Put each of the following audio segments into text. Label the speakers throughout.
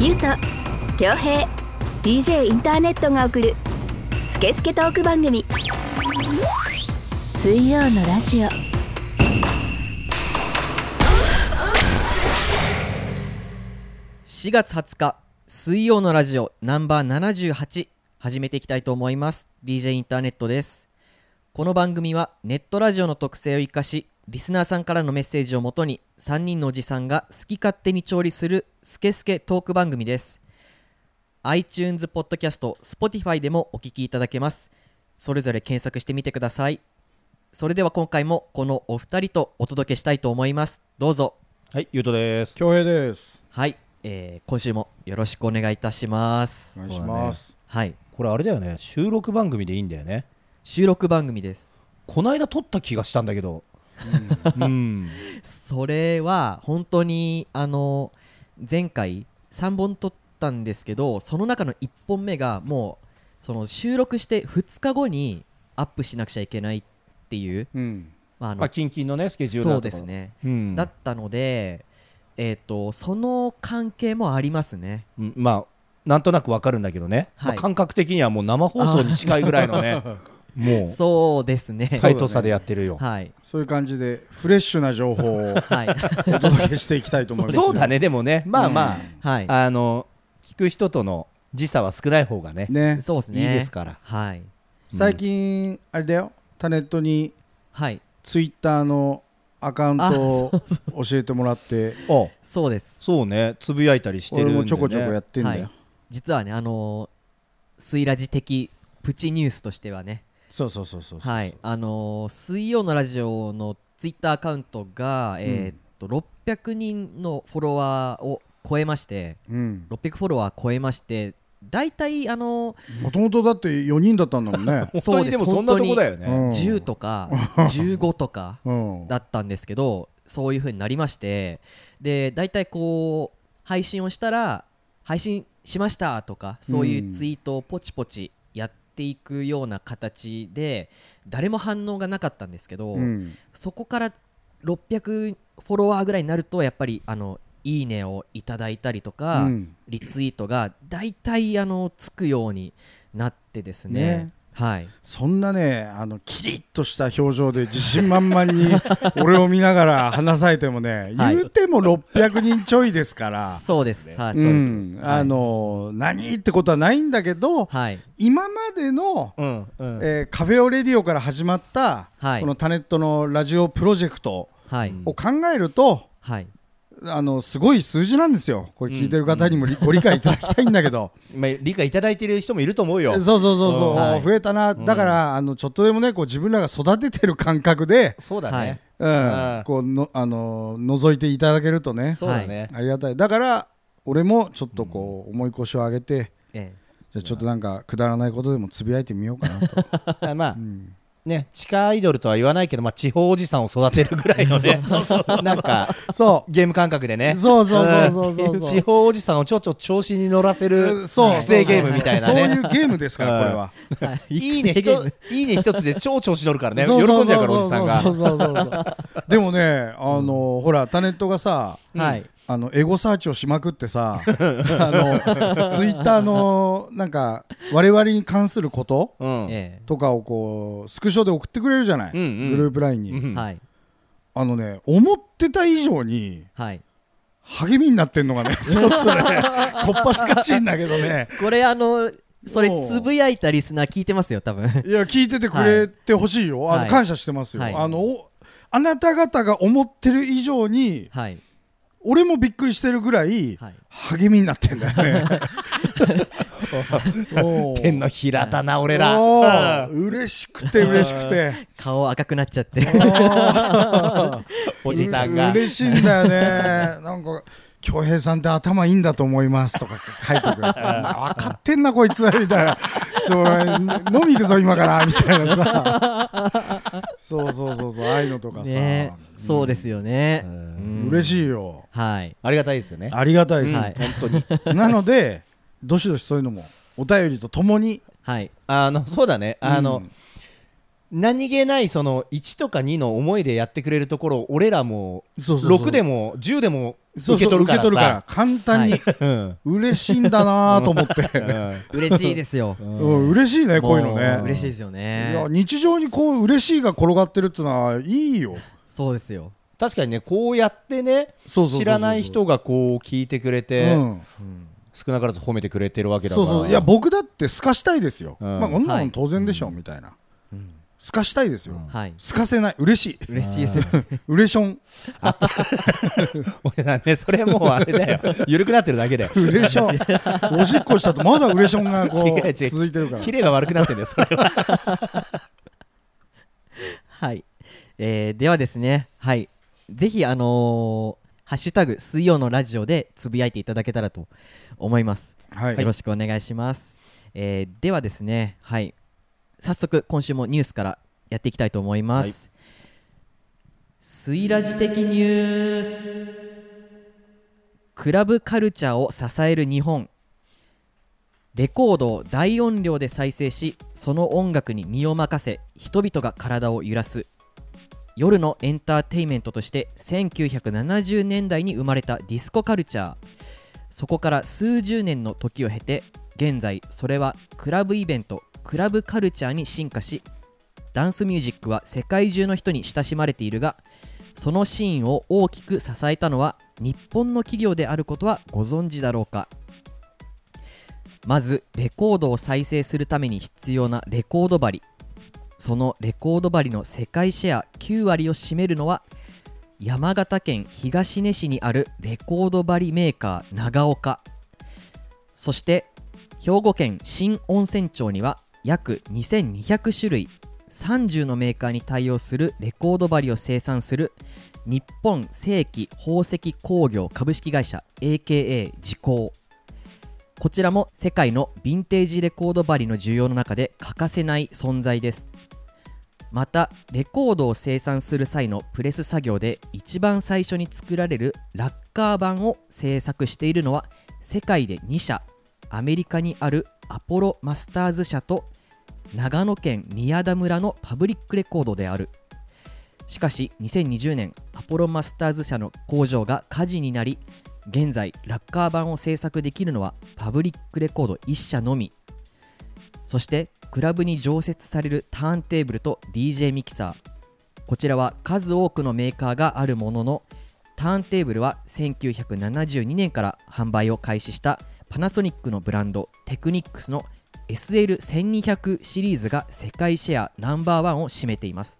Speaker 1: ゆうと恭平 DJ インターネットが送る「スケスケトーク番組」水曜のラジオ
Speaker 2: 4月20日水曜のラジオナンバー78始めていきたいと思います DJ インターネットですこの番組はネットラジオの特性を生かしリスナーさんからのメッセージをもとに3人のおじさんが好き勝手に調理するスケスケトーク番組です iTunes ポッドキャスト Spotify でもお聞きいただけますそれぞれ検索してみてくださいそれでは今回もこのお二人とお届けしたいと思いますどうぞ
Speaker 3: はい、ゆうとです。
Speaker 4: 恭平です。
Speaker 2: はい、えー今週もよろしくお願いいたします
Speaker 4: お願いします。
Speaker 2: はい
Speaker 3: これあれだよね、収録番組でいいんだよね。
Speaker 2: 収録番組です
Speaker 3: こないだ撮った気がしたんだけど。 うん。
Speaker 2: それは本当にあの前回3本撮ったんですけどその中の1本目がもうその収録して2日後にアップしなくちゃいけないっていう、
Speaker 4: うん。
Speaker 2: まあ、あの
Speaker 3: まあ、キンキンのね、スケジュールだ
Speaker 2: そうで
Speaker 3: と
Speaker 2: す。ね、
Speaker 3: うん。
Speaker 2: だったので、えー、とその関係もありますね
Speaker 3: うんまあ、なんとなくわかるんだけどね。
Speaker 2: はい
Speaker 3: まあ感覚的にはもう生放送に近いぐらいのね、 もう、
Speaker 2: そうですね
Speaker 4: う
Speaker 3: サイト差でやってるよ。
Speaker 2: はい
Speaker 4: そういう感じでフレッシュな情報を
Speaker 2: はい
Speaker 4: お届けしていきたいと思います。
Speaker 3: そうだ。ね、でもね、 まあま
Speaker 2: はい
Speaker 3: あ、あの、聞く人との時差は少ない方がね、
Speaker 4: ね。
Speaker 2: そうです
Speaker 3: いい
Speaker 2: ね
Speaker 3: ですから。
Speaker 2: はい
Speaker 4: 最近あれだよ。タネットに
Speaker 2: はい
Speaker 4: ツイッターのアカウントを教えてもらって、
Speaker 3: あ、
Speaker 2: そうです
Speaker 3: そうね、つぶやいたりしてるん
Speaker 4: 俺
Speaker 3: でね。
Speaker 4: もちょこちょこやってんだ
Speaker 2: は
Speaker 4: よ
Speaker 2: い。実はねあのー、スイラジ的プチニュースとしてはね
Speaker 4: そうそうそうそう。
Speaker 2: はいあのー、水曜のラジオのツイッターアカウントが、えーっと600人のフォロワーを超えまして
Speaker 4: うん。
Speaker 2: 600フォロワー超えまして大体あの。
Speaker 4: もともとだって四人だったんだもんね
Speaker 3: 本当にでもそんなとこだよね。
Speaker 4: うん
Speaker 2: 10とか 15とか
Speaker 4: うん。
Speaker 2: だったんですけどそういう風になりましてで大体こう配信をしたら配信しましたとかそういうツイートをポチポチやっていくような形で誰も反応がなかったんですけど、
Speaker 4: うん。
Speaker 2: そこから600フォロワーぐらいになるとやっぱりあのいいねをいただいたりとか、
Speaker 4: うん
Speaker 2: リツイートが大体あのつくようになってですね
Speaker 4: ね
Speaker 2: はい
Speaker 4: そんなね、あのキリッとした表情で自信満々に俺を見ながら話されてもね、
Speaker 2: はい
Speaker 4: 言うても600人ちょいで すから、
Speaker 2: そうです、はい、そうで
Speaker 4: う
Speaker 2: す、
Speaker 4: ん、あの何ってことはないんだけど、
Speaker 2: はい、
Speaker 4: 今までの、
Speaker 3: うんうん
Speaker 4: えーカフェオレディオから始まった、
Speaker 2: はい
Speaker 4: このタネットのラジオプロジェクト
Speaker 2: はい、
Speaker 4: を考えると、
Speaker 2: はい
Speaker 4: あのすごい数字なんですよこれ聞いてる方にもりご理解いただきたいんだ けど
Speaker 3: まあ、理解いただいてる人もいると思うよ
Speaker 4: そう。そうそうそう、
Speaker 2: うんはい
Speaker 4: 増えたなだから、あのちょっとでもねこう自分らが育ててる感覚で、
Speaker 3: そうだね。
Speaker 2: はい
Speaker 4: うん
Speaker 3: ん、
Speaker 4: こうのあの覗いていただけるとね
Speaker 3: そうだね。
Speaker 4: ありがたいだから俺もちょっとこう、思い越しを上げて、
Speaker 2: ええ
Speaker 4: じゃあちょっとなんかくだらないことでもつぶやいてみようかな と。
Speaker 3: あまあ、ね、地下アイドルとは言わないけど、まあ、地方おじさんを育てるぐらいの ね、なんか、
Speaker 4: そ
Speaker 3: ゲーム感覚でね。
Speaker 4: うそうそうそうそうそう。
Speaker 3: ん地方おじさんをちょっと調子に乗らせる、
Speaker 4: そう
Speaker 3: 育成ゲームみたいな
Speaker 4: そう
Speaker 3: ね。
Speaker 4: いうゲームですからこれは。
Speaker 2: はい
Speaker 3: いいね、
Speaker 2: 育成
Speaker 3: ひ
Speaker 2: ゲー
Speaker 3: と
Speaker 2: ム
Speaker 3: いいね一つで超調子乗るからね。喜
Speaker 4: そうんそう
Speaker 3: じゃうから、おじさん
Speaker 4: そう
Speaker 3: が。
Speaker 4: そうそうそうそう。でもね、あのほらタネットがさ。
Speaker 2: はい
Speaker 4: あのエゴサーチをしまくって さあのツイッターのなんか我々に関すること
Speaker 3: うん。
Speaker 2: え
Speaker 4: とかをこうスクショで送ってくれるじゃない、
Speaker 3: うんうん
Speaker 4: グループラインに、
Speaker 3: うん
Speaker 2: えはい
Speaker 4: あのね思ってた以上に
Speaker 2: はい
Speaker 4: 励みになってんの がねちょっとねこっぱずかしいんだけどね
Speaker 2: これあのそれ
Speaker 4: もう
Speaker 2: つぶやいたリスナー聞いてますよ多分
Speaker 4: いや聞いててくれてほしいよ、あ
Speaker 2: はい
Speaker 4: の感謝してますよ、
Speaker 2: はい
Speaker 4: あのおあなた方が思ってる以上に
Speaker 2: はい
Speaker 4: 俺もびっくりしてるぐらい
Speaker 2: はい
Speaker 4: 励みになってんだよねおー
Speaker 3: 天の平だな、俺ら。
Speaker 4: おー
Speaker 3: うん
Speaker 4: 嬉しくて嬉しくて
Speaker 2: 顔赤くなっちゃって
Speaker 4: おー
Speaker 3: おじさんが
Speaker 4: う。嬉しいんだよねなんか恭平さんって頭いいんだと思いますとか書いてくれてさまあ分かってんなこいつみたいなちょ飲み行くぞ今からみたいなさそうそうそうそうああいうのとかさ、
Speaker 2: ねそうですよね
Speaker 3: うん
Speaker 4: 嬉
Speaker 2: い
Speaker 4: しいよ
Speaker 2: はい
Speaker 3: ありがたいですよね。
Speaker 4: ありがたいです、
Speaker 2: はい
Speaker 3: 本当に。
Speaker 4: なのでどしどしそういうのもお便りとともに
Speaker 2: はい
Speaker 3: あの、そうだね。あの、何気ないその1とか2の思いでやってくれるところを俺らも
Speaker 4: そうそうそう
Speaker 3: 6でも10でも
Speaker 4: そう
Speaker 3: 受
Speaker 4: そ
Speaker 3: け取る
Speaker 4: う
Speaker 3: からさ
Speaker 4: 簡単に、
Speaker 3: うん
Speaker 4: 嬉しいんだなと思って、
Speaker 2: 嬉しいですよ
Speaker 4: うん、嬉しいねこういうの
Speaker 2: も
Speaker 4: ね
Speaker 2: う嬉しいですよ
Speaker 4: いや
Speaker 2: ね
Speaker 4: 日常にこう嬉しいが転がってるってのはいいよ
Speaker 2: そうですよ
Speaker 3: 確かにねこうやってね
Speaker 4: そうそうそうそう
Speaker 3: 知らない人がこう聞いてくれて、
Speaker 4: うん、
Speaker 3: 少なからず褒めてくれてるわけだか
Speaker 4: そう
Speaker 3: ら
Speaker 4: そういや僕だってすかしたいですよ、
Speaker 3: うん
Speaker 4: まあこんな
Speaker 2: は
Speaker 4: の
Speaker 2: い
Speaker 4: 当然でしょ、みたいなすかしたいですよ、
Speaker 2: はい
Speaker 4: すかせない嬉しい
Speaker 2: 嬉しいですよ
Speaker 4: 嬉しょん
Speaker 3: 俺らねそれもうあれ だよ緩くなってるだけだよ
Speaker 4: 嬉しょんおしっこしたとまだ嬉しょんがこ
Speaker 3: 違う違
Speaker 4: う
Speaker 3: う
Speaker 4: 続いてるから
Speaker 3: キレが悪くなってるんだよそれは
Speaker 2: はい、えーではですね、はい、ぜひ、あのーハッシュタグ水曜のラジオでつぶやいていただけたらと思います。
Speaker 4: はい、
Speaker 2: よろしくお願いします。えーではですね、はい、早速今週もニュースからやっていきたいと思います。水ラジ的ニュースクラブカルチャーを支える日本レコードを大音量で再生しその音楽に身を任せ人々が体を揺らす夜のエンターテインメントとして1970年代に生まれたディスコカルチャーそこから数十年の時を経て現在それはクラブイベントクラブカルチャーに進化しダンスミュージックは世界中の人に親しまれているがそのシーンを大きく支えたのは日本の企業であることはご存知だろうかまずレコードを再生するために必要なレコード針そのレコード針の世界シェア9割を占めるのは山形県東根市にあるレコード針メーカー長岡そして兵庫県新温泉町には約2200種類30のメーカーに対応するレコード針を生産する日本正規宝石工業株式会社 AKA 時効こちらも世界のヴィンテージレコード針の需要の中で欠かせない存在ですまたレコードを生産する際のプレス作業で一番最初に作られるラッカー版を制作しているのは世界で2社アメリカにあるアポロマスターズ社と長野県宮田村のパブリックレコードであるしかし2020年アポロマスターズ社の工場が火事になり現在ラッカー版を制作できるのはパブリックレコード1社のみそしてクラブに常設されるターンテーブルと DJ ミキサーこちらは数多くのメーカーがあるもののターンテーブルは1972年から販売を開始したパナソニックのブランドテクニックスの SL1200 シリーズが世界シェアナンバーワンを占めています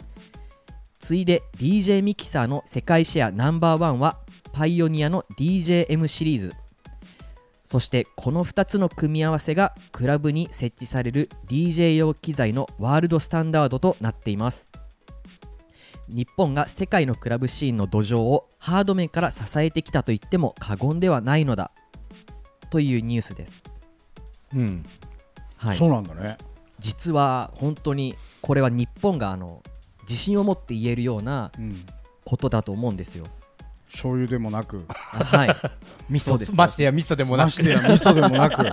Speaker 2: ついで DJ ミキサーの世界シェアナンバーワンはパイオニアの DJM シリーズそしてこの2つの組み合わせがクラブに設置される DJ 用機材のワールドスタンダードとなっています日本が世界のクラブシーンの土壌をハード面から支えてきたと言っても過言ではないのだというニュースです、
Speaker 3: うん
Speaker 2: はい
Speaker 4: そ、うなんだね
Speaker 2: 実は本当にこれは日本があの自信を持って言えるような
Speaker 4: うん
Speaker 2: ことだと思うん ですよ
Speaker 4: 醤油で もなく
Speaker 2: あはい
Speaker 3: ミ
Speaker 2: そうです
Speaker 3: ましてやミストでもな
Speaker 4: ま
Speaker 3: く
Speaker 4: してや味噌でも なく、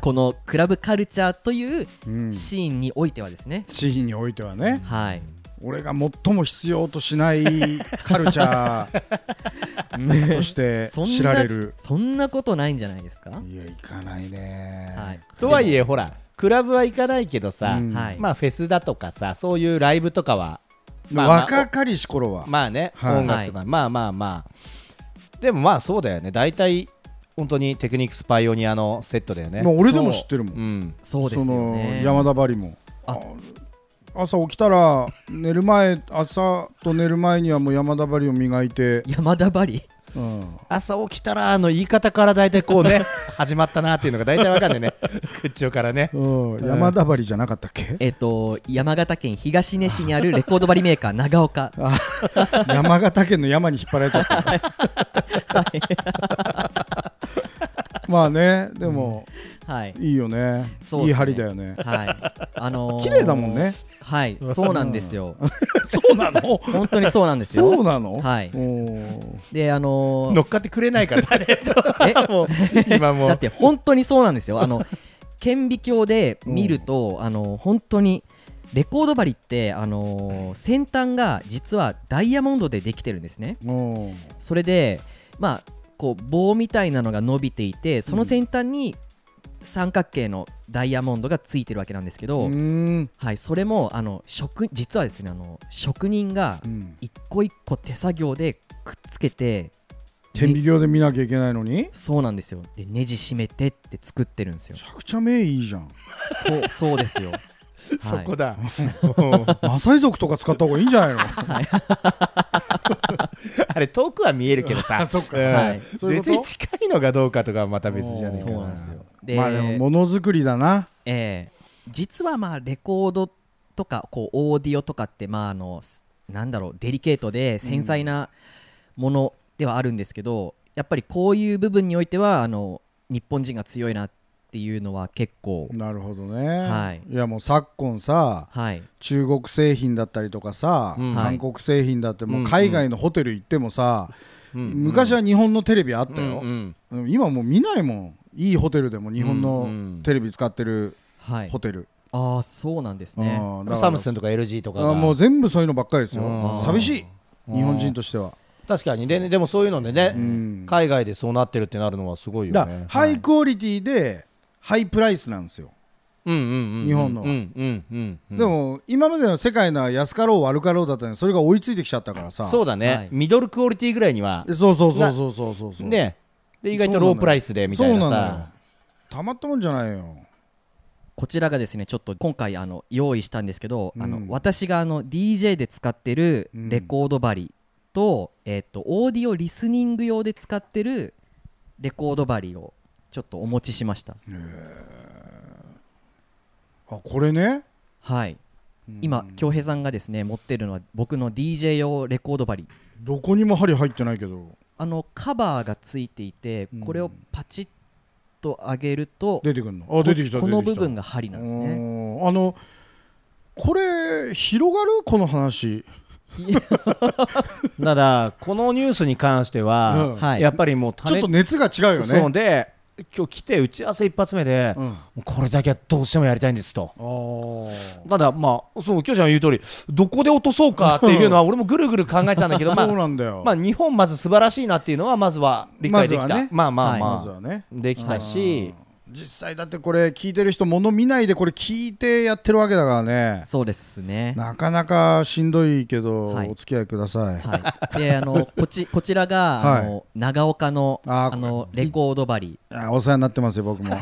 Speaker 2: このクラブカルチャーという
Speaker 4: うん、
Speaker 2: シーンにおいてはですね、
Speaker 4: 地域においてはね
Speaker 2: はい
Speaker 4: 俺が最も必要としないカルチャ ーとして
Speaker 2: そんな
Speaker 4: 知られる
Speaker 2: そんなことないんじゃないですか、
Speaker 4: いや行かないね、
Speaker 2: はい、
Speaker 3: とはい
Speaker 2: え、
Speaker 3: えほらクラブは行かないけどさ、
Speaker 4: うん
Speaker 2: はい
Speaker 3: まあフェスだとかさそういうライブとかは、まあまあ
Speaker 4: 若かりし頃は、
Speaker 3: まあね、
Speaker 4: はい
Speaker 3: 音楽とか、まあまあまあでもまあそうだよね大体本当にテクニックスパイオニアのセットだよね
Speaker 4: まあ俺でも知ってるもん
Speaker 3: うん
Speaker 2: そうですよね
Speaker 4: その山田バリも
Speaker 2: あ
Speaker 4: あ朝起きたら寝る前朝と寝る前にはもう山田バリを磨いて、
Speaker 2: 山田バリ
Speaker 4: うん、
Speaker 3: 朝起きたらあの言い方から大体こうね 始まったなっていうのが大体わかんないね口調からね
Speaker 4: うん山田バリじゃなかったっけ
Speaker 2: えっと山形県東根市にあるレコードバリメーカー長岡
Speaker 4: あ山形県の山に引っ張られちゃったまあねでも、
Speaker 2: はい
Speaker 4: いいよね
Speaker 2: そうっすね
Speaker 4: いい針だよね
Speaker 2: はいあのー
Speaker 4: 綺麗だもんね
Speaker 2: はいそうなんですよ
Speaker 4: そうなの
Speaker 2: 本当にそうなんですよ
Speaker 4: そうなの
Speaker 2: はい
Speaker 4: お
Speaker 2: であのー
Speaker 3: 乗っかってくれないから誰と
Speaker 2: え
Speaker 3: もう今もう
Speaker 2: だって本当にそうなんですよあの顕微鏡で見るとあの本当にレコード針って、あのー先端が実はダイヤモンドでできてるんですね
Speaker 4: おー
Speaker 2: それでまあこう棒みたいなのが伸びていてその先端に三角形のダイヤモンドがついてるわけなんですけど、
Speaker 4: うーん
Speaker 2: はい、それもあの職実はですねあの職人が
Speaker 4: うん
Speaker 2: 一個一個手作業でくっつけて
Speaker 4: 顕微鏡で見なきゃいけないのにめ
Speaker 2: そうなんですよでネジ締めてって作ってるんですよ
Speaker 4: ちゃくちゃ目い いじゃん
Speaker 2: そうそうですよ
Speaker 3: そこだ。
Speaker 4: マサイ族とか使った方がいいん じゃないの
Speaker 3: あれ遠くは見えるけどさ。
Speaker 4: あそっか
Speaker 3: うん
Speaker 2: はい
Speaker 4: そういうこ
Speaker 3: 別
Speaker 4: と
Speaker 3: に近いのかどうかとかはまた別じゃねえ
Speaker 2: そ
Speaker 3: か
Speaker 2: うなんですよ。で,、
Speaker 4: まあでもものづくりだな
Speaker 2: えー実はまあレコードとかこうオーディオとかってまああのすなんだろうデリケートで繊細なものではあるんですけど、やっぱりこういう部分においてはあの日本人が強いなっていうのは結構
Speaker 4: なるほどね、
Speaker 2: はい
Speaker 4: いやもう昨今さ
Speaker 2: はい
Speaker 4: 中国製品だったりとかさ、
Speaker 3: うん
Speaker 4: 韓国製品だってもううん海外のホテル行ってもさ、
Speaker 3: うん
Speaker 4: 昔は日本のテレビあったよ
Speaker 3: うん、うん
Speaker 4: でも今もう見ないもんいいホテルでも日本
Speaker 3: う
Speaker 4: の
Speaker 3: ん
Speaker 4: テレビ使ってる
Speaker 2: はい
Speaker 4: ホテル、
Speaker 2: ああそうなんですね
Speaker 4: うんだから
Speaker 3: サムスンとか LG とか
Speaker 4: あ
Speaker 3: が
Speaker 4: もう全部そういうのばっかりです
Speaker 3: う
Speaker 4: よ
Speaker 2: ん
Speaker 4: 寂しい
Speaker 3: うん
Speaker 4: 日本人としては、
Speaker 3: 確かにねでもそういうので
Speaker 4: う
Speaker 3: ね
Speaker 4: ん
Speaker 3: 海外でそうなってるってなるのはすごいよ
Speaker 4: だ
Speaker 3: ね
Speaker 4: ハイクオリティでハイプライスなんですよ、
Speaker 3: うんうんうんうん
Speaker 4: 日本の
Speaker 3: うんうんうんうん
Speaker 4: でも今までの世界のは安かろう悪かろうだったのにそれが追いついてきちゃったからさ
Speaker 3: そうだ
Speaker 2: はい
Speaker 3: ねミドルクオリティぐらいには
Speaker 4: でそうそうそうそうそうそうそう
Speaker 3: ねで意外とロープライスでみたいな
Speaker 4: そうなのよ
Speaker 3: さ
Speaker 4: たまったもんじゃないよ
Speaker 2: こちらがですねちょっと今回あの用意したんですけど、
Speaker 4: うん
Speaker 2: あの私があの DJ で使ってる
Speaker 4: うん
Speaker 2: レコード針と,、えっとオーディオリスニング用で使ってるレコード針をちょっとお持ちしました
Speaker 4: あこれね
Speaker 2: はい今恭平さんがですね持ってるのは僕の DJ 用レコード針
Speaker 4: どこにも針入ってないけど
Speaker 2: あのカバーがついていて
Speaker 4: うん
Speaker 2: これをパチッと上げると、
Speaker 4: 出てくるのあ出てきた
Speaker 2: ここの
Speaker 4: 出て
Speaker 2: 部
Speaker 4: きた
Speaker 2: 分が針なんですね
Speaker 4: うんあのこれ広がるこの話
Speaker 3: ただこのニュースに関して
Speaker 4: うん
Speaker 3: は
Speaker 2: はい
Speaker 3: やっぱりもう
Speaker 4: ちょっと
Speaker 3: ね
Speaker 4: 熱が違うよね
Speaker 3: そうで今日来て打ち合わせ一発目で
Speaker 4: うん
Speaker 3: もうこれだけはどうしてもやりたいんですと
Speaker 4: あー
Speaker 3: ただまあそうきょうちゃんが言う通りどこで落とそうかっていうのは俺もぐるぐる考えたんだけどまあ
Speaker 4: そうなんだよ
Speaker 3: まあ、日本まず素晴らしいなっていうのはまずは理解できた
Speaker 4: ま
Speaker 3: ま,、
Speaker 4: ずはね
Speaker 3: あまあまあ、
Speaker 4: まずはね
Speaker 3: できたし
Speaker 4: 実際だってこれ聞いてる人物見ないでこれ聞いてやってるわけだからね
Speaker 2: そうですね
Speaker 4: なかなかしんどいけど、
Speaker 2: はい
Speaker 4: お付き合いください、
Speaker 2: はい、であのこちこちらが、あの長岡の
Speaker 4: あ
Speaker 2: あ
Speaker 4: ー
Speaker 2: のレコード針
Speaker 4: あお世話になってますよ僕も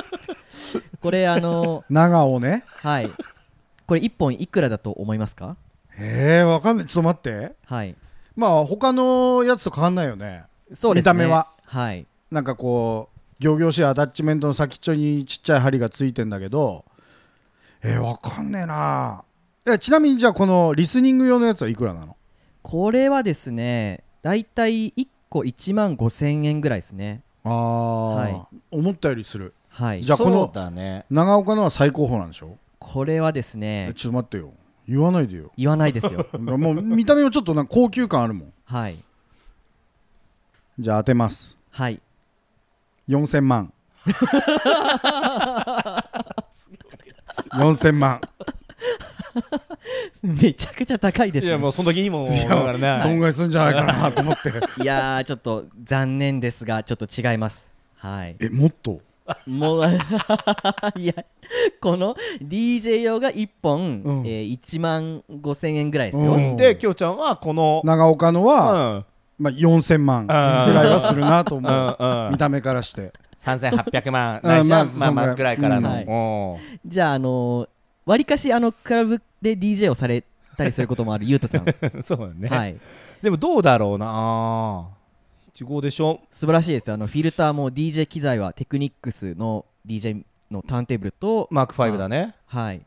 Speaker 2: これあの
Speaker 4: 長尾ね
Speaker 2: はいこれ1本いくらだと思いますか
Speaker 4: えー、わかんないちょっと待って
Speaker 2: はい
Speaker 4: まあ他のやつと変わんないよね
Speaker 2: そうですね
Speaker 4: 見た目は
Speaker 2: はい
Speaker 4: なんかこう仰々しいアタッチメントの先っちょにちっちゃい針がついてんだけどえー、わかんねえなえちなみにじゃあこのリスニング用のやつはいくらなの
Speaker 2: これはですねだいたい1個1万5000円ぐらいですね
Speaker 4: ああ、思ったよりする
Speaker 2: はい
Speaker 4: じゃあこの
Speaker 3: そうだね
Speaker 4: 長岡のは最高峰なんでしょ、
Speaker 2: これはです
Speaker 4: え
Speaker 2: ね
Speaker 4: ちょっと待ってよ言わないでよ
Speaker 2: 言わないです よ
Speaker 4: もう見た目もちょっとなんか高級感あるもん
Speaker 2: はい
Speaker 4: じゃあ当てます
Speaker 2: はい
Speaker 4: 4000万 4000万
Speaker 2: めちゃくちゃ高いです、
Speaker 3: い
Speaker 2: ね、
Speaker 3: やもうその時いいもんだからね
Speaker 4: 損害するんじゃないかなと思って
Speaker 2: いやーちょっと残念ですがちょっと違いますはい
Speaker 4: えもっと
Speaker 2: もういやこの DJ 用が1本、
Speaker 4: うん
Speaker 2: えー1万5000円ぐらいです
Speaker 4: う
Speaker 2: よ、
Speaker 4: ん
Speaker 3: できょうちゃんはこの
Speaker 4: 長岡の
Speaker 3: う
Speaker 4: は、
Speaker 3: ん
Speaker 4: まあ、4000万ぐ
Speaker 3: あー
Speaker 4: らいはするなと思う
Speaker 3: うんうん
Speaker 4: 見た目からして
Speaker 3: 3800万
Speaker 4: うん
Speaker 3: ないし
Speaker 4: ま
Speaker 3: は
Speaker 4: あ
Speaker 3: まあま
Speaker 4: そんぐら
Speaker 3: あ
Speaker 4: い
Speaker 3: ぐらいから
Speaker 2: うんはい
Speaker 3: の
Speaker 2: じゃああのわりかしあのクラブで DJ をされたりすることもあるゆうとさん、
Speaker 3: うん そうだね、
Speaker 2: はい
Speaker 3: でもどうだろうな1号でしょ
Speaker 2: 素晴らしいですよあのフィルターも DJ 機材はテクニックスの DJ のターンテーブルと、
Speaker 3: マーク5だね
Speaker 2: はい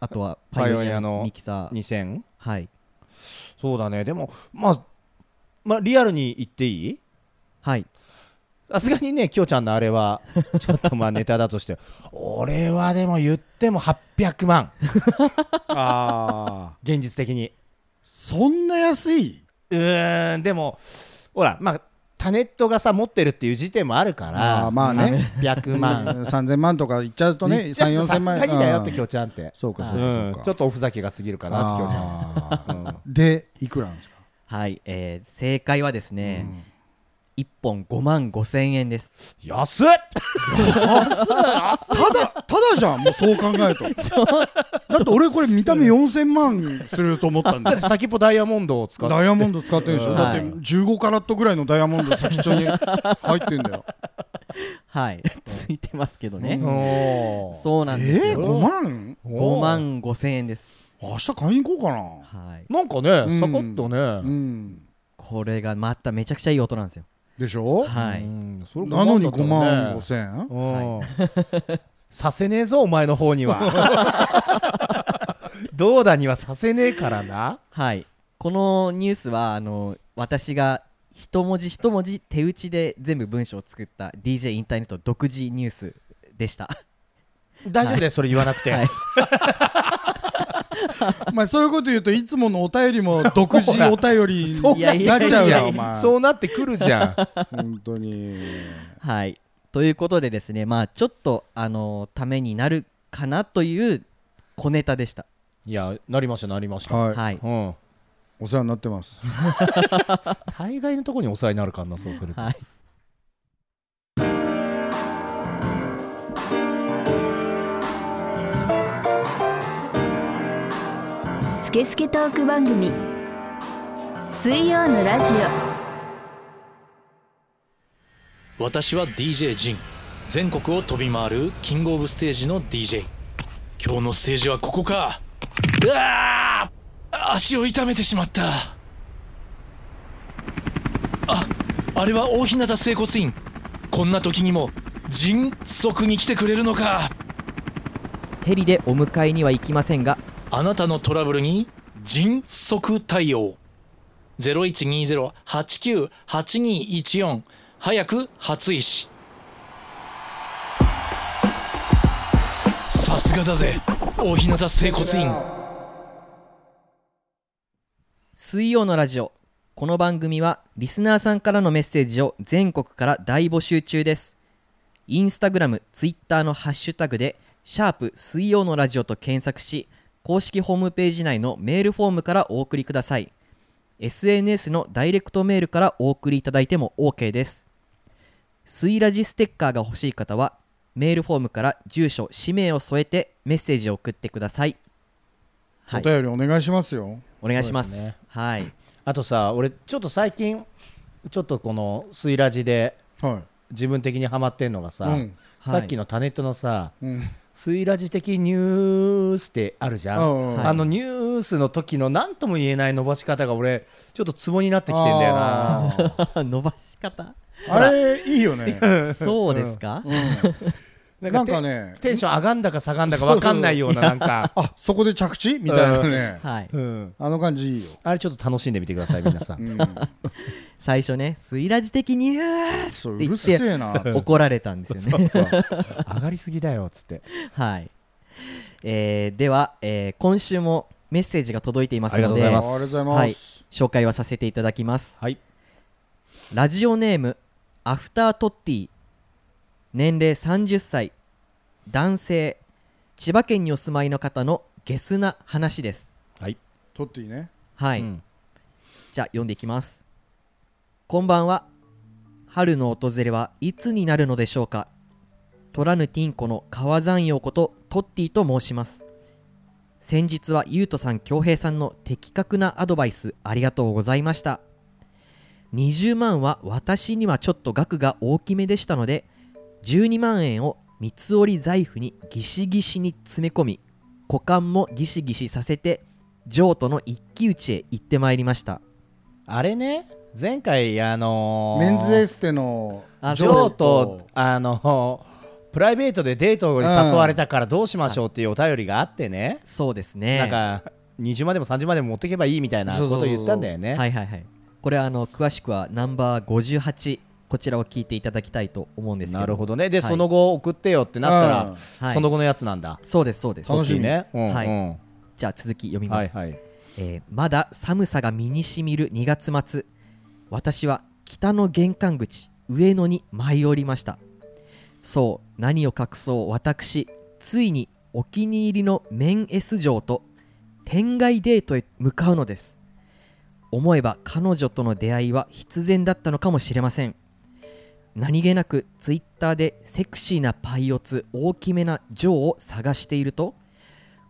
Speaker 2: あとは
Speaker 3: パ
Speaker 2: パ
Speaker 3: イ
Speaker 2: イ
Speaker 3: オ
Speaker 2: オ
Speaker 3: ニ
Speaker 2: ニ
Speaker 3: ア
Speaker 2: ア
Speaker 3: の
Speaker 2: のミキサー
Speaker 3: 2000
Speaker 2: はい
Speaker 3: そうだねでもまあまあリアルに言っていい
Speaker 2: はい
Speaker 3: さすがにね、きょうちゃんのあれは、 ちょっとまあネタだとして、俺はでも言っても800万、
Speaker 4: ああ
Speaker 3: 現実的に。
Speaker 4: そんな安いう
Speaker 3: ーん、でも、ほら、まあ、タネットがさ持ってるっていう時点もあるか
Speaker 4: あ
Speaker 3: ら
Speaker 4: ーまあね
Speaker 3: 100万
Speaker 4: 3000万とかいっちゃうとね
Speaker 3: ちょっ
Speaker 4: 3 4
Speaker 3: とさ
Speaker 4: 0
Speaker 3: す
Speaker 4: 万
Speaker 3: がにだよって
Speaker 4: うん
Speaker 3: きょうちゃんって
Speaker 4: そうかそう
Speaker 3: う
Speaker 4: かそうんか
Speaker 3: ちょっとおふざけが過ぎるかなってきょうちゃん
Speaker 4: あーでいくらなんですか
Speaker 2: はい、えー正解はですね、1本5万5千円です。
Speaker 3: 安っ
Speaker 4: ただただじ ゃんもうそう考えるとだって俺これ見た目4000万すると思ったん
Speaker 3: だ
Speaker 4: だ
Speaker 3: っ
Speaker 4: よ
Speaker 3: て先っぽダイヤモンドを使って
Speaker 4: ダイヤモンド使ってるでしょ、
Speaker 3: うん
Speaker 4: だって15カラットぐらいのダイヤモンド先っちょに入ってんだ よ
Speaker 2: はい、 ついてますけどね。
Speaker 3: おー
Speaker 2: そうなんです
Speaker 4: えー、
Speaker 2: よ。
Speaker 4: 5万
Speaker 2: 5万5千円です。
Speaker 4: 明日買いに行こうかな
Speaker 2: はい、
Speaker 3: なんかね
Speaker 4: ん
Speaker 3: サコッと
Speaker 4: う
Speaker 3: ね
Speaker 4: ん
Speaker 2: これがまためちゃくちゃいい音なんですよ。
Speaker 4: でしょ
Speaker 2: は
Speaker 3: う
Speaker 2: い、
Speaker 3: んそれ
Speaker 4: なのに5
Speaker 3: 5
Speaker 4: 万
Speaker 3: 万
Speaker 4: 5
Speaker 3: だ
Speaker 4: 千円
Speaker 3: ったらねうんさせねえぞお前の方には どうだにはさせねえからな
Speaker 2: はい、このニュースはあの私が一文字一文字手打ちで全部文章を作った DJ インターネット独自ニュースでした。
Speaker 3: 大丈夫だよそれ言わなくて
Speaker 2: はい
Speaker 4: お前そういうこと言うといつものお便りも独自お便り
Speaker 3: そう
Speaker 2: いやい
Speaker 4: に
Speaker 2: や
Speaker 4: なっ
Speaker 2: いや
Speaker 4: ちゃうよお前
Speaker 3: そうなってくるじゃん
Speaker 4: 本当に
Speaker 2: はい、ということでですね、まあ、ちょっとあのためになるかなという小ネタでした。
Speaker 3: いやなりましたなりました、
Speaker 4: はい、
Speaker 2: はい、
Speaker 3: うん、
Speaker 4: お世話になってます
Speaker 3: 大概のとこにお世話になるからなそうすると、
Speaker 2: はい、
Speaker 1: スケスケトーク番組水曜のラジオ
Speaker 5: 私は DJ ジン全国を飛び回るキングオブステージの DJ 今日のステージはここかうわあ足を痛めてしまったああれは大日向整骨院こんな時にも迅速に来てくれるのか
Speaker 2: ヘリでお迎えには行きませんが、
Speaker 5: あなたのトラブルに迅速対応0120-89-8214早く初石さすがだぜ大日向整骨院
Speaker 2: 水曜のラジオこの番組はリスナーさんからのメッセージを全国から大募集中ですインスタグラムツイッターのハッシュタグで「シャープ水曜のラジオ」と検索し公式ホームページ内のメールフォームからお送りください SNS のダイレクトメールからお送りいただいても OK です水ラジステッカーが欲しい方はメールフォームから住所氏名を添えてメッセージを送ってくださいは
Speaker 4: お
Speaker 2: い
Speaker 4: 便りお願いしますよ
Speaker 2: お願いします
Speaker 3: そうですね
Speaker 2: はい
Speaker 3: あとさ俺ちょっと最近ちょっとこの「スイラジ」で
Speaker 4: は
Speaker 3: 自分的にハマってんのがさ、
Speaker 4: うん
Speaker 3: さっきのタネットのさ
Speaker 4: い、うん、
Speaker 3: 「スイラジ的ニュース」ってあるじゃん、
Speaker 4: うん
Speaker 3: あのニュースの時の何とも言えない伸ばし方が俺ちょっとツボになってきてんだよな
Speaker 4: あー
Speaker 2: 伸ばし方
Speaker 4: あれいいよね、
Speaker 2: そうですか、
Speaker 4: うん
Speaker 3: な
Speaker 4: なんん
Speaker 3: か
Speaker 4: か
Speaker 3: ね
Speaker 4: ね
Speaker 3: テンション上がんだか下がんだか分かんないようななんか、
Speaker 4: あそこで着地みたいなね、
Speaker 2: はい、
Speaker 3: うん、
Speaker 4: あの感じいいよ、
Speaker 3: あれちょっと楽しんでみてください皆さん
Speaker 4: うん、
Speaker 2: 最初ね「スイラジ的にーす」
Speaker 4: そ
Speaker 2: っ
Speaker 4: う
Speaker 2: て
Speaker 4: う
Speaker 2: 言
Speaker 4: るせ
Speaker 2: っ
Speaker 4: えな
Speaker 2: て怒られたんですよね
Speaker 3: 上がりすぎだよっつって
Speaker 2: はい、えーでは、えー今週もメッセージが届いていますので
Speaker 3: ありがとうございます
Speaker 4: ありがとうございます
Speaker 2: はい、紹介はさせていただきます
Speaker 3: はい
Speaker 2: ラジオネームアフタートッティ年齢30歳男性千葉県にお住まいの方のゲスな話です
Speaker 3: はい、
Speaker 4: 取っていいね
Speaker 2: はい、
Speaker 3: うん
Speaker 2: じゃあ読んでいきますこんばんは春の訪れはいつになるのでしょうかトラヌティンコの川山陽ことトッティと申します先日はゆうとさん恭平さんの的確なアドバイスありがとうございました20万は私にはちょっと額が大きめでしたので12万円を三つ折り財布にギシギシに詰め込み股間もギシギシさせて譲渡の一騎打ちへ行ってまいりました
Speaker 3: あれね前回あのー
Speaker 4: メンズエステの
Speaker 2: あ
Speaker 3: ジョ
Speaker 2: そ
Speaker 3: ーとあのプライベートでデートに誘われたからどうしましょうっていうお便りがあってね、
Speaker 2: そうですね
Speaker 3: なんか20までも30までも持ってけばいいみたいなことを言ったんだよね
Speaker 2: はいはいはいこれあの詳しくはナンバー58こちらを聞いていただきたいと思うんですけど
Speaker 3: なるほどねで、
Speaker 2: はい
Speaker 3: その後送ってよってなったら、
Speaker 2: うんはい
Speaker 3: その後のやつなんだ
Speaker 2: そうですそうです
Speaker 4: 楽しみ
Speaker 3: いいね、うん
Speaker 2: はい
Speaker 3: うん
Speaker 2: じゃあ続き読みま
Speaker 3: はい
Speaker 2: す、
Speaker 3: はい
Speaker 2: えーまだ寒さが身にしみる2月末私は昨北の玄関口上野に舞い降りましたそう何を隠そう私ついにお気に入りのメン S 城と天外デートへ向かうのです思えば彼女との出会いは必然だったのかもしれません何気なくツイッターでセクシーなパイオツ大きめなジョーを探していると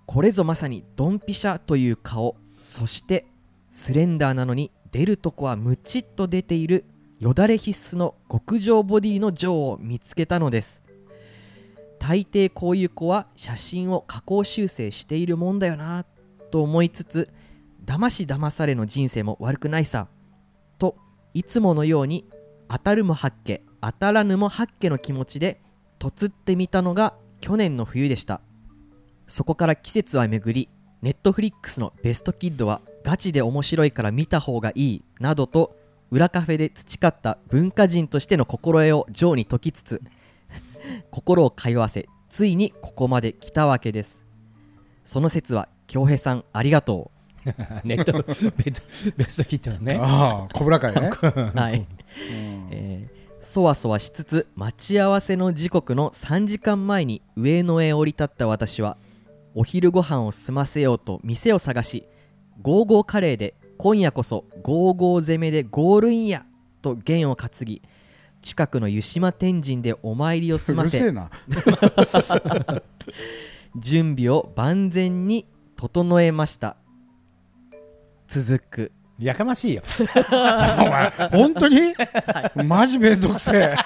Speaker 2: これぞまさにドンピシャという顔そしてスレンダーなのに出るとこはムチッと出ているよだれ必須の極上ボディの女王を見つけたのです大抵こういう子は写真を加工修正しているもんだよなと思いつつ騙し騙されの人生も悪くないさといつものように当たるも八家当たらぬも八家の気持ちでとつってみたのが去年の冬でしたそこから季節は巡り、ネットフリックスのベストキッドはガチで面白いから見た方がいいなどと、裏カフェで培った文化人としての心得をジョーに解きつつ、心を通わせ、ついにここまで来たわけです。その説は、京平さんありがと
Speaker 6: ネットベッドベストキットのね
Speaker 4: ああ小倉会ね、
Speaker 2: う。はい。えーそわそわしつつ待ち合わせの時刻の3時間前に上野へ降り立った私はお昼ご飯を済ませようと店を探しゴーゴーカレーで今夜こそゴーゴー攻めでゴールインやと弦を担ぎ近くの湯島天神でお参りを済
Speaker 4: う
Speaker 2: ま
Speaker 4: るせえ
Speaker 2: せ
Speaker 4: な
Speaker 2: 準備を万全に整えました続く
Speaker 6: やかましいよ
Speaker 4: お前本当に、マジめんどくせえ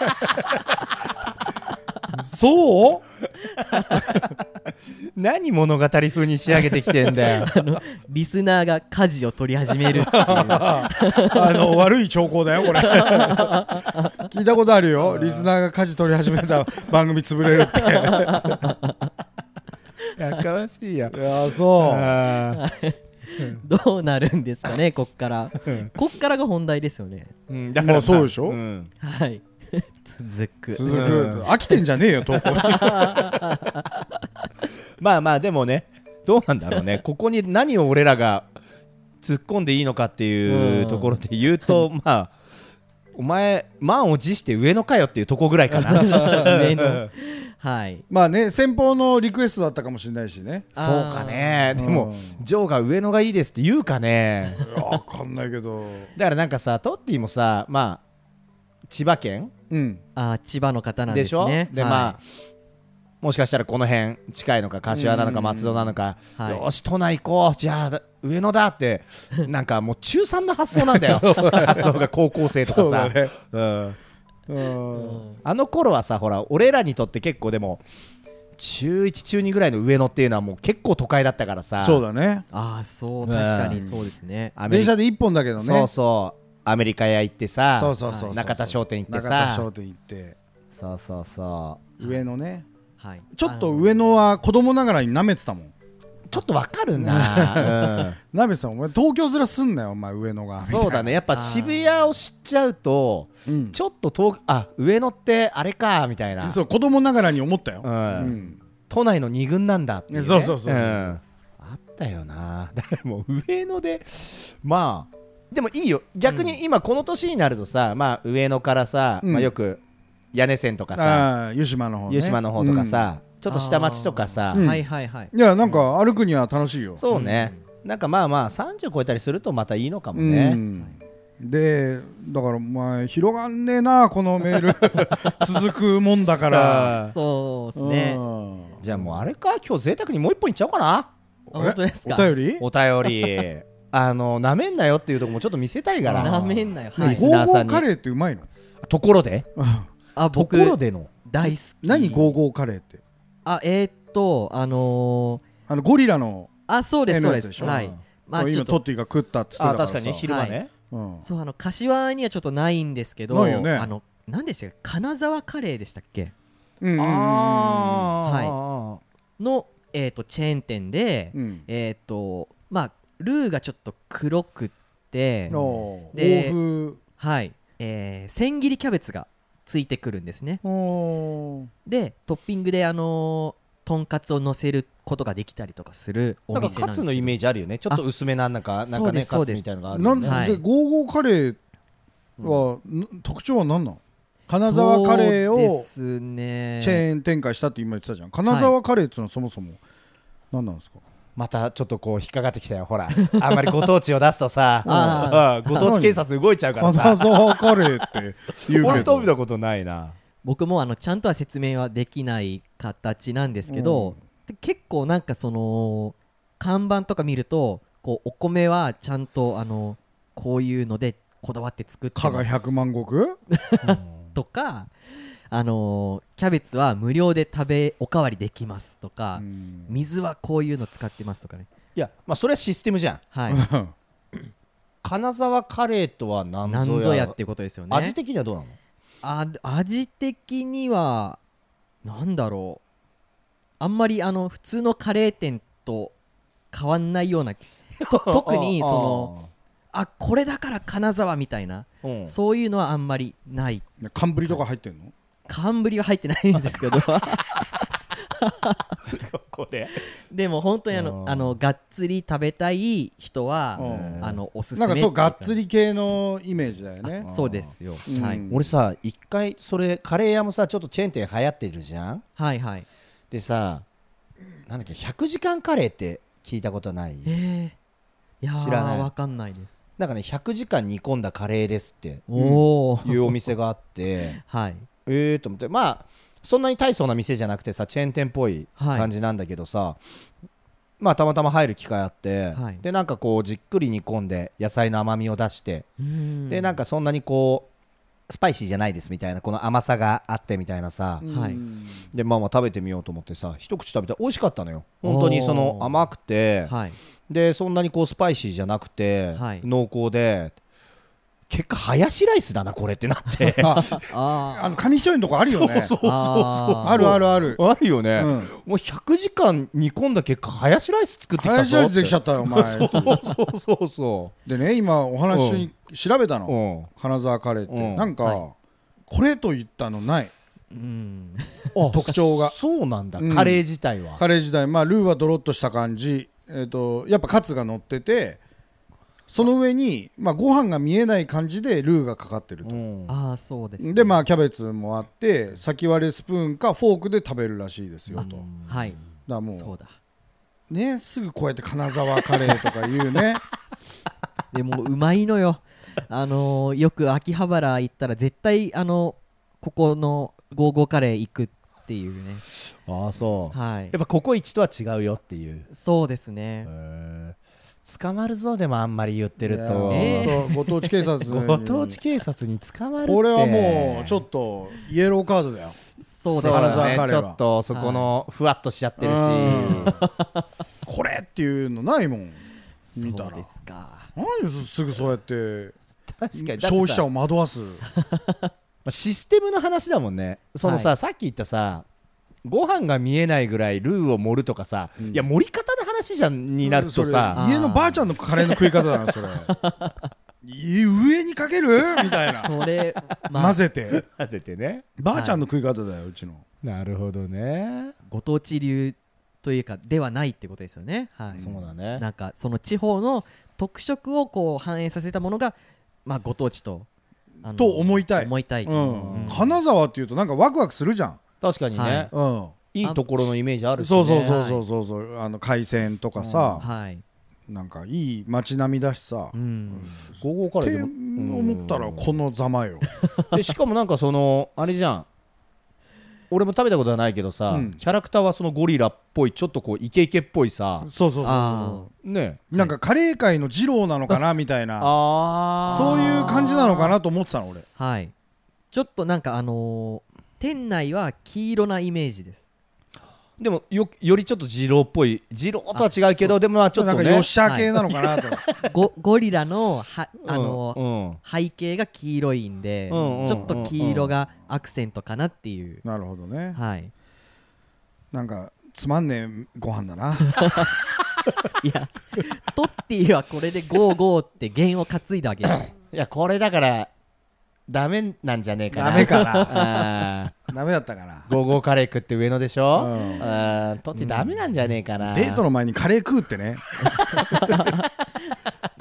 Speaker 4: そう
Speaker 3: 何物語風に仕上げてきてんだよ
Speaker 2: あのリスナーが舵を取り始めるっていう
Speaker 4: あの悪い兆候だよこれ聞いたことあるよリスナーが舵取り始めた番組潰れるって
Speaker 3: やかましいよ
Speaker 4: いやそう
Speaker 3: あ
Speaker 2: どうなるんですかね、こっから。こっからが本題ですよね。
Speaker 3: ーうんだ
Speaker 4: まあそうでしょ
Speaker 3: ん
Speaker 2: はい。続く。
Speaker 4: 続
Speaker 3: うん
Speaker 4: く飽きてんじゃねえよ投稿
Speaker 3: まあまあでもねどうなんだろうねここに何を俺らが突っ込んでいいのかってい
Speaker 2: う
Speaker 3: う
Speaker 2: ん
Speaker 3: ところで言うと、まあお前満を持して上のかよっていうとこぐらいかな
Speaker 2: 上 のはい。
Speaker 4: まあね先方のリクエストだったかもしれないしね
Speaker 3: そうかね
Speaker 4: あー
Speaker 3: でもジョーが上野がいいですって言うかね
Speaker 4: いやわかんないけど
Speaker 3: だからなんかさトッティもさまあ千葉県
Speaker 4: うん
Speaker 2: あー千葉の方なん
Speaker 3: で
Speaker 2: で
Speaker 3: し
Speaker 2: す
Speaker 3: ょで,、
Speaker 2: ね。
Speaker 3: まあもしかしたらこの辺近いのか柏なのか松戸なのか、
Speaker 2: はい
Speaker 3: よし都内行こうじゃあ上野だ ってなんかもう中3の発想なんだよ発想が高校生とか
Speaker 4: そう
Speaker 3: さ
Speaker 4: だね
Speaker 3: うん
Speaker 4: うん
Speaker 3: あの頃はさほら俺らにとって結構でも中1中2ぐらいの上野っていうのはもう結構都会だったからさ
Speaker 4: そうだね
Speaker 2: ああー、そう、
Speaker 3: うん
Speaker 2: 確かにそうですね。
Speaker 3: アメリ
Speaker 4: 電
Speaker 3: カ
Speaker 4: 車で一本だけどね
Speaker 3: そうそうアメリカ屋行ってさ
Speaker 4: そうそうそうそう
Speaker 3: 中田商店行ってさ
Speaker 4: 中田商店行って
Speaker 3: そうそうそ
Speaker 4: 上野ね
Speaker 2: はい。
Speaker 4: ちょっと上野は子供ながらに舐めてたもん
Speaker 3: うちょっとわかる な、うん
Speaker 4: 舐めてたもんお前東京面すんなよお前上野が
Speaker 3: そうだねやっぱ
Speaker 2: あー
Speaker 3: 渋谷を知っちゃうと
Speaker 4: うん
Speaker 3: ちょっと遠あ上野ってあれかみたいな
Speaker 4: そう子供ながらに思ったよ、
Speaker 3: う
Speaker 4: うん
Speaker 3: ん都内の二軍なんだっていね
Speaker 4: そうそうそうそうん
Speaker 3: あったよな だからもう上野でまあでもいいよ逆に今この年になるとさ、まあ上野からさ、
Speaker 4: うん
Speaker 3: まあ、よく屋根線とかさ
Speaker 4: ああ湯島の方ね
Speaker 3: 湯島の方とか、さ、ちょっと下町とかさ、
Speaker 4: うん
Speaker 2: はいはいはい。
Speaker 4: うんいやなんか歩くには楽しいよ
Speaker 3: そうね、なんかまあまあ30超えたりするとまたいいのかも
Speaker 4: うん
Speaker 3: ね、
Speaker 4: でだからお前広がんねえなこのメール 続くもん だから
Speaker 3: うん
Speaker 2: そうですね。
Speaker 4: うん
Speaker 3: じゃあもうあれか今日贅沢にもう一本いっちゃおうかな
Speaker 2: あ本当ですか
Speaker 4: お便り
Speaker 3: お便りあのなめんなよっていうとこもちょっと見せたいか
Speaker 2: な
Speaker 3: ら
Speaker 2: めんなよ。は
Speaker 4: ゴ
Speaker 3: リ
Speaker 2: い
Speaker 3: ス。
Speaker 4: ー
Speaker 3: ナー
Speaker 4: ゴ
Speaker 3: さん
Speaker 4: ー
Speaker 3: に
Speaker 4: カレーってうまいの
Speaker 3: ところで
Speaker 2: あ、
Speaker 3: とこ
Speaker 2: 僕、
Speaker 3: ろでの
Speaker 2: 大好き。
Speaker 4: 何ゴーゴーカレーって
Speaker 2: あ、えー、っと、あのー、
Speaker 4: あのゴリラの
Speaker 2: あ、そうです、そうで。
Speaker 4: N のやつですしょ
Speaker 2: はい。まあ、ちょ
Speaker 4: 今
Speaker 2: っ
Speaker 4: トッ
Speaker 2: と、
Speaker 4: ティが食ったっつってた
Speaker 3: あ
Speaker 4: から
Speaker 3: 確
Speaker 4: さ
Speaker 3: かにね昼間ね、
Speaker 4: うん
Speaker 2: そう、あの、柏にはちょっとないんですけど、
Speaker 4: ないよね
Speaker 2: あの、何でしたっけ金沢カレーでしたっけ
Speaker 4: うんうんうんうん
Speaker 3: あ
Speaker 2: の、えー、とチェーン店で、
Speaker 4: うん
Speaker 2: えっ、とまあルーがちょっと黒くって、
Speaker 4: の
Speaker 2: で
Speaker 4: 欧
Speaker 2: はいえー千切りキャベツがついてくるんですね
Speaker 4: 風おー
Speaker 2: でトッピングであのーとんかつを乗せることができたりとかする
Speaker 3: あ
Speaker 2: お
Speaker 3: なん
Speaker 2: 店
Speaker 3: か
Speaker 2: なん
Speaker 3: カ
Speaker 2: です
Speaker 3: ツのイメージあるよねちょっと薄めななんかなん
Speaker 2: そ
Speaker 3: か
Speaker 2: うで
Speaker 3: ね
Speaker 2: す
Speaker 3: カ
Speaker 2: そう
Speaker 3: ツ
Speaker 2: です
Speaker 3: みたいなのがある
Speaker 4: な
Speaker 3: よ
Speaker 4: ん
Speaker 3: ね
Speaker 2: はい
Speaker 4: でゴーゴーカレーは、ん特徴は何なの金沢カレー
Speaker 2: そうで
Speaker 4: を
Speaker 2: すね
Speaker 4: チェーン展開したって今言ってたじゃん金沢カレーっていうのはそもそも何なんですか、
Speaker 3: またちょっとこう引っかかってきたよほらあんまりご当地を出す と
Speaker 2: あ
Speaker 3: さ、うんご当地警察動いちゃうからさ
Speaker 4: 金沢カレーって 言うけ
Speaker 3: 俺と見
Speaker 4: ど
Speaker 3: たことないな
Speaker 2: 僕もあのちゃんとは説明はできない形なんですけど、結構なんかその看板とか見るとこうお米はちゃんとあのこういうのでこだわって作って
Speaker 4: 加
Speaker 2: ま
Speaker 4: 賀
Speaker 2: す
Speaker 4: 百万石
Speaker 2: とかあのキャベツは無料で食べおかわりできますとか、
Speaker 4: うん
Speaker 2: 水はこういうの使ってますとかね
Speaker 3: いやまあそれはシステムじゃん
Speaker 2: はい
Speaker 3: 金沢カレーとは何
Speaker 2: な
Speaker 3: ぞや
Speaker 2: んぞやっていうことですよね
Speaker 3: 味的にはどうなの
Speaker 2: あ味的にはなんだろうあんまりあの普通のカレー店と変わんないようなと 特にそのあこれだから金沢みたいな、
Speaker 3: その
Speaker 2: そういうのはあんまりない
Speaker 4: 寒ぶりとか入ってんの
Speaker 2: 冠は入ってないんです けど
Speaker 3: ここで
Speaker 2: でも本当にあの
Speaker 3: あー
Speaker 2: あのがっつり食べたい人は
Speaker 4: うん
Speaker 2: あのおすすめ
Speaker 4: なんかそうがっつ
Speaker 2: り
Speaker 4: り系のイメージだよね
Speaker 2: そうですよ、
Speaker 4: うん
Speaker 2: はい、
Speaker 3: 俺さ一回それカレー屋もさちょっとチェーン店流行ってるじゃん
Speaker 2: はいはい
Speaker 3: でさなんだっけ100時間カレーって聞いたことない
Speaker 2: えー、いやー
Speaker 3: 知らない
Speaker 2: わかんないです
Speaker 3: なんかね100時間煮込んだカレーですって
Speaker 2: おお、
Speaker 3: いうお店があって
Speaker 2: はい
Speaker 3: えーと思ってまあそんなに大層な店じゃなくてさチェーン店っぽい
Speaker 2: はい
Speaker 3: 感じなんだけどさ、まあたまたま入る機会あって、
Speaker 2: はい
Speaker 3: でなんかこうじっくり煮込んで野菜の甘みを出して、でなん
Speaker 2: か
Speaker 3: かそんなにこうスパイシーじゃないですみたいなこの甘さがあってみたいなさ、
Speaker 4: うん
Speaker 2: はい
Speaker 3: でまあまあ食べてみようと思ってさ一口食べたら美味しかったのよ本当にその
Speaker 2: おー
Speaker 3: 甘くて、
Speaker 2: はい
Speaker 3: でそんなにこうスパイシーじゃなくて、
Speaker 2: はい
Speaker 3: 濃厚で結果ハヤシライスだなこれってなって
Speaker 2: あ
Speaker 4: あの紙一重のとこあるよね
Speaker 2: ーあー
Speaker 4: あるあるあ る
Speaker 3: あるよね、
Speaker 4: うん
Speaker 3: もう100時間煮込んだ結果ハヤシライス作ってきたぞ
Speaker 4: 林アイスできちゃったよお前
Speaker 3: た そうそうそうそ
Speaker 4: でね今お話に調べた
Speaker 3: う、う
Speaker 4: の
Speaker 3: ん、
Speaker 4: 金沢カレーっ
Speaker 3: う
Speaker 4: て
Speaker 3: ん
Speaker 4: なん
Speaker 2: は
Speaker 4: かこれと言ったのない
Speaker 2: うん
Speaker 4: 特徴が
Speaker 3: そうなんだ、
Speaker 4: うん
Speaker 3: カレー自体は
Speaker 4: カレー時代まあルーはドロッとした感じえっとやっぱカツが乗っててその上にまあご飯が見えない感じでルーがかかってると
Speaker 3: うん
Speaker 2: ああそうですね
Speaker 4: でまあキャベツもあって先割れスプーンかフォークで食べるらしいですよとだか
Speaker 2: はい
Speaker 4: らも
Speaker 2: そうだ
Speaker 4: うねすぐこうやって金沢カレーとか言う ね
Speaker 2: でもうまいのよ あのーよく秋葉原行ったら絶対あのここのゴーゴーカレー行くっていうね
Speaker 3: ああそう、
Speaker 2: はい
Speaker 3: やっぱココイチとは違うよっていう
Speaker 2: そうですね
Speaker 3: 捕まるぞでもあんまり言ってる
Speaker 4: いや
Speaker 3: と、
Speaker 2: えー
Speaker 4: ほんとご当地警察 に
Speaker 3: ご当地警察に捕まるって
Speaker 4: これはもうちょ
Speaker 3: と
Speaker 4: っとイエローカードだよ
Speaker 2: そうです
Speaker 4: そう
Speaker 3: 金
Speaker 4: だ
Speaker 3: 沢
Speaker 4: ね
Speaker 3: ね
Speaker 4: 彼
Speaker 3: ち
Speaker 4: は
Speaker 3: ょっとそこのふわっとしちゃってるし、
Speaker 4: うんこれっていうのないもん
Speaker 2: そう
Speaker 4: 見たら
Speaker 2: ですか
Speaker 4: 何すすぐそうやって
Speaker 3: 確かに
Speaker 4: 消費者
Speaker 3: を
Speaker 4: を惑わす
Speaker 3: システムの話だもんねそのさ、さっき言ったさご飯が見えないぐらいルーを盛るとかさ、いや盛り方の話じゃんになると
Speaker 4: そ
Speaker 3: さ
Speaker 4: れ家のばあちゃんのカレーの食い方だなそれい上にかけ るみたいな
Speaker 2: それ まあ
Speaker 4: 混ぜて
Speaker 3: 混ぜてね
Speaker 4: ばあちゃんの食い方だようちの
Speaker 3: なるほどね、
Speaker 2: ご当地流というかではないってことですよねはい
Speaker 3: そうだね
Speaker 2: なんかその地方の特色をこう反映させたものがまあご当地とあの
Speaker 4: と思いたい
Speaker 2: 思いたい、
Speaker 4: うん
Speaker 2: うん
Speaker 4: 金沢っていうとなんかワクワクするじゃん
Speaker 3: 確かにね、
Speaker 2: はいい、
Speaker 4: うん
Speaker 3: いところのイメージあるし、ね、
Speaker 4: そうそうそうそうそうそうあの海鮮とかさ
Speaker 2: はい
Speaker 4: なんかいい街並みだしさ
Speaker 2: う
Speaker 4: っ
Speaker 2: ん
Speaker 3: 午後か
Speaker 4: て
Speaker 3: らでも
Speaker 4: 思ったらこのざまよ
Speaker 3: でしかもなんかそのあれじゃん俺も食べたことはないけどさ、
Speaker 4: うん
Speaker 3: キャラクターはそのゴリラっぽいちょっとこうイケイケっぽいさ
Speaker 4: そうそうそう
Speaker 2: あ
Speaker 4: そ
Speaker 3: ね
Speaker 4: うなんかカレー界の二郎なのかなみたいな
Speaker 3: あー
Speaker 4: そういう感じなのかなと思ってたの俺
Speaker 2: はいちょっとなんかあのー店内は黄色なイメージです
Speaker 3: でもよよりちょっと二郎っぽい二郎とは違うけどでもまあちょっ
Speaker 4: なん
Speaker 3: と
Speaker 4: か
Speaker 3: ね
Speaker 4: ヨッシャー系なのかなと
Speaker 2: ゴゴリラのは、あのー
Speaker 3: うんうん
Speaker 2: 背景が黄色いんで、
Speaker 3: うんうんうん
Speaker 2: ちょっと黄色がアクセントかなっていう、
Speaker 4: なるほどね
Speaker 2: はい
Speaker 4: なんかつまんねえご飯だな
Speaker 2: いやトッティはこれでゴーゴーって弦を担いだわけ です
Speaker 3: いやこれだからダメなんじゃねえかな
Speaker 4: ダメかな
Speaker 3: な
Speaker 4: ダメだったかな
Speaker 3: ゴーゴーカレー食って上野でしょ、
Speaker 4: うん
Speaker 3: あーとってダメなんじゃねえかな、
Speaker 4: デートの前にカレー食うってね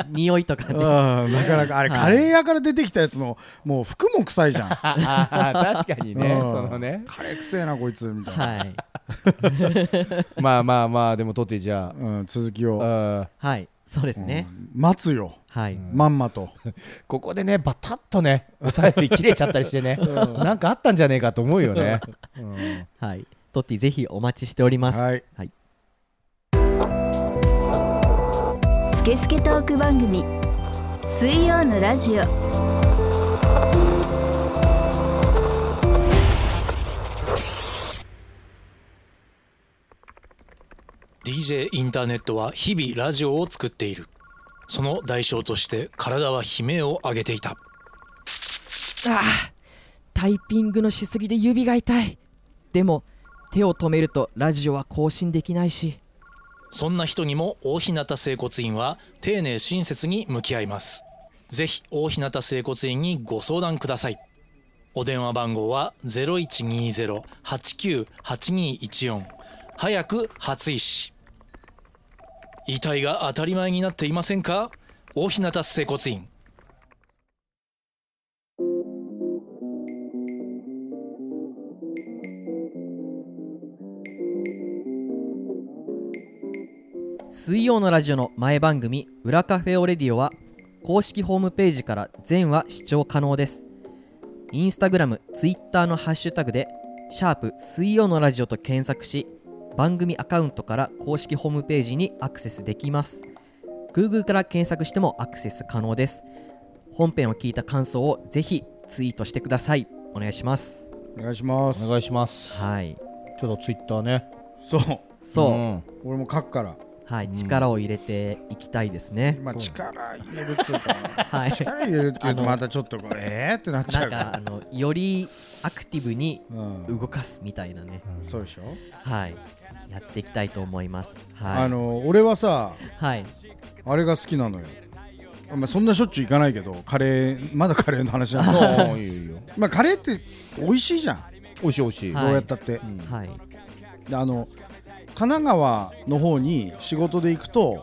Speaker 2: 匂いとかね
Speaker 4: うんなかなかあれ、
Speaker 2: はい
Speaker 4: カレー屋から出てきたやつのもう服も臭いじゃんカ
Speaker 3: 確かにね、
Speaker 4: うん
Speaker 3: そのね
Speaker 4: レーくせえなこいつみたいな、
Speaker 2: はい
Speaker 3: まあまあまあでもとってじゃ
Speaker 4: うん、続き
Speaker 3: あ
Speaker 4: を、
Speaker 3: うん
Speaker 2: はいそうですね
Speaker 4: うん待つよ
Speaker 2: はい
Speaker 4: まんまと
Speaker 3: ここでねバタッとねお便り切れちゃったりして ね、なんかあったんじゃねえかと思うよね、うん
Speaker 2: はいトッティぜひお待ちしております
Speaker 4: はい
Speaker 2: はい
Speaker 1: スケスケトーク番組水曜のラジオ
Speaker 5: う DJ インターネットは日々ラジオを作っているその代償として体は悲鳴を上げていた
Speaker 7: ああタイピングのしすぎで指が痛いでも手を止めるとラジオは更新できないし
Speaker 5: そんな人にも大日向整骨院は丁寧親切に向き合いますぜひ大日向整骨院にご相談くださいお電話番号は0120-89-8214早く初医師遺体が当たり前になっていませんか大日向整骨院
Speaker 2: 水曜のラジオの前番組「裏カフェオレディオ」は公式ホームページから全話視聴可能ですインスタグラムツイッターのハッシュタグで「シャープ水曜のラジオ」と検索し番組アカウントから公式ホームページにアクセスできます Google から検索してもアクセス可能です本編を聞いた感想をぜひツイートしてくださいお願いします
Speaker 4: お願いします
Speaker 3: お願いします
Speaker 2: はい
Speaker 3: ちょっとツイッターね
Speaker 4: そう
Speaker 2: そう、
Speaker 3: ん
Speaker 4: 俺も書くから
Speaker 2: はい力を入れていきたいですね、
Speaker 4: 今力入れるっつうか
Speaker 2: はい
Speaker 4: 力入れるって言うと
Speaker 2: あの
Speaker 4: またちょっとこうえーってなっちゃ
Speaker 2: なん
Speaker 4: うか
Speaker 2: からあのよりアクティブに
Speaker 4: うん
Speaker 2: 動かすみたいなね、
Speaker 4: そうでしょ
Speaker 2: はいやっていきたいと思いますはい
Speaker 4: あの俺はさ
Speaker 2: はい
Speaker 4: あれが好きなのよまあそんなしょっちゅう行かないけどカレーまだカレーの話なん だ
Speaker 3: ああいいよいいよ
Speaker 4: まあカレーって美味しいじゃん
Speaker 3: おいしいおいしい、
Speaker 2: はい
Speaker 4: どうやったって
Speaker 3: うん
Speaker 2: はい
Speaker 4: であの神奈川の方に仕事で行くと、
Speaker 2: はい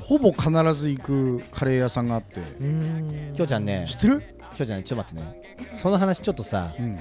Speaker 4: ほぼ必ず行くカレー屋さんがあって、
Speaker 2: うーん
Speaker 3: きょうちゃんね
Speaker 4: 知ってる、
Speaker 3: きょうちゃんねちょっと待ってねその話ちょっとさ
Speaker 4: うん、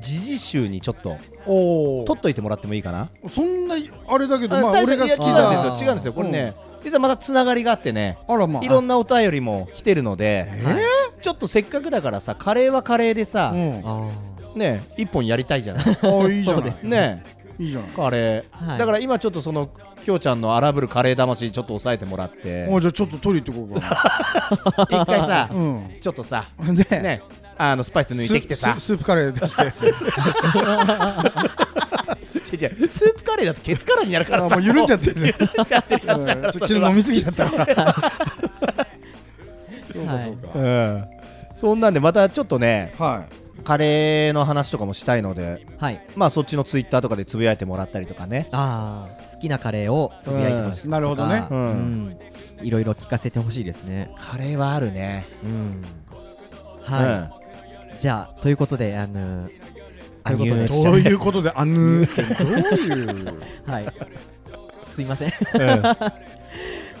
Speaker 3: 時事集にちょっと
Speaker 4: おお
Speaker 3: 取っといてもらってもいいかな
Speaker 4: そんなあれだけどまあ
Speaker 3: あ大し
Speaker 4: 俺が好き
Speaker 3: いや
Speaker 4: な
Speaker 3: 違うんですよ違うんですよこれね、実はまたつながりがあってね
Speaker 4: あらまあ
Speaker 3: いろんなお便りも来てるので、
Speaker 2: はい
Speaker 3: ちょっとせっかくだからさカレーはカレーでさ、
Speaker 4: うん、あ
Speaker 2: あ
Speaker 3: ね一本やりたいじゃない
Speaker 4: いいじゃない、
Speaker 3: ね
Speaker 4: いいじゃない
Speaker 3: カレー、
Speaker 2: はい
Speaker 3: だから今ちょっとそのきょうちゃんの荒ぶるカレー魂ちょっと抑えてもらって
Speaker 4: おじゃあちょっと取り行ってこうか
Speaker 3: 一回さ、
Speaker 4: なうん
Speaker 3: ちょっとさ
Speaker 4: ね
Speaker 3: ねあのスパイス抜いてきてさ
Speaker 4: スススープカレー 出して
Speaker 3: 違う違うスープカレーだとケツカラーになるか
Speaker 4: あ
Speaker 3: ら
Speaker 4: も
Speaker 3: さ
Speaker 4: う緩んじゃってるね、
Speaker 3: 緩んじゃってる
Speaker 4: う
Speaker 3: やつだからそ
Speaker 4: ん、ちょっと昨日
Speaker 3: れは
Speaker 4: 飲みすぎちゃ ったからそう
Speaker 2: は
Speaker 4: か
Speaker 2: い
Speaker 4: そうか、
Speaker 3: うんそんなんでまたちょっとね
Speaker 4: は
Speaker 3: カレーの話とかもしたいので
Speaker 2: はい
Speaker 3: まあそっちのツイッターとかでつぶやいてもらったりとかね
Speaker 2: あー好きなカレーをつぶやいてほしいとか、
Speaker 4: うんなるほどね
Speaker 3: う
Speaker 2: うんん、いろいろ聞かせてほしいですね
Speaker 3: カレーはあるね
Speaker 2: うんは
Speaker 3: うん
Speaker 2: い、じゃあということであの
Speaker 3: あ
Speaker 2: ということで
Speaker 3: 入
Speaker 4: い、
Speaker 3: 手した
Speaker 4: どう
Speaker 3: ね
Speaker 4: いうことであぬーってどういう
Speaker 2: はいすいません
Speaker 3: うん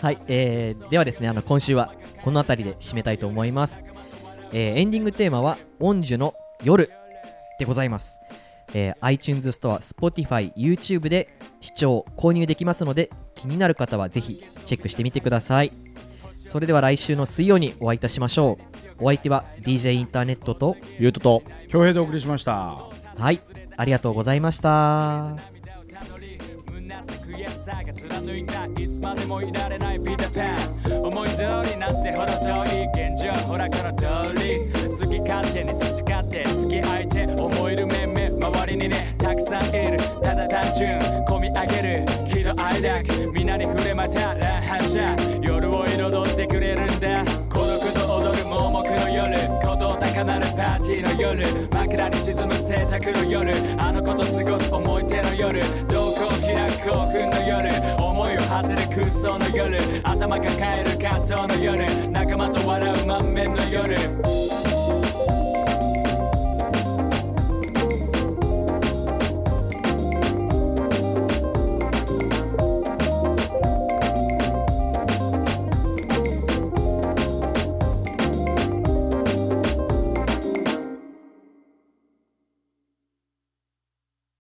Speaker 2: はい、えーではですねあの今週はこの辺りで締めたいと思います、えーエンディングテーマは「音樹の夜」でございます、えー iTunes ストア Spotify、YouTube で視聴購入できますので気になる方はぜひチェックしてみてくださいそれでは来週の水曜にお会いいたしましょうお相手は DJ インターネットと
Speaker 3: ゆうとと
Speaker 4: 恭平でお送りしました
Speaker 2: はいありがとうございました
Speaker 8: 胸さ悔しさが貫いたいつまでもいられないピーターパン思い通りなんてほど遠い現状ほらこの通り好き勝手に培って付き合えて思える面々周りにねたくさんいるただ単純込み上げる喜怒哀楽皆に触れまた乱反射夜を彩ってくれるんだ孤独と踊る盲目の夜鼓動高鳴るパーティーの夜枕に沈む静寂の夜あの子と過ごす思い出の夜瞳孔を開く興奮の夜思いを馳せる空想の夜頭抱える葛藤の夜仲間と笑う満面の夜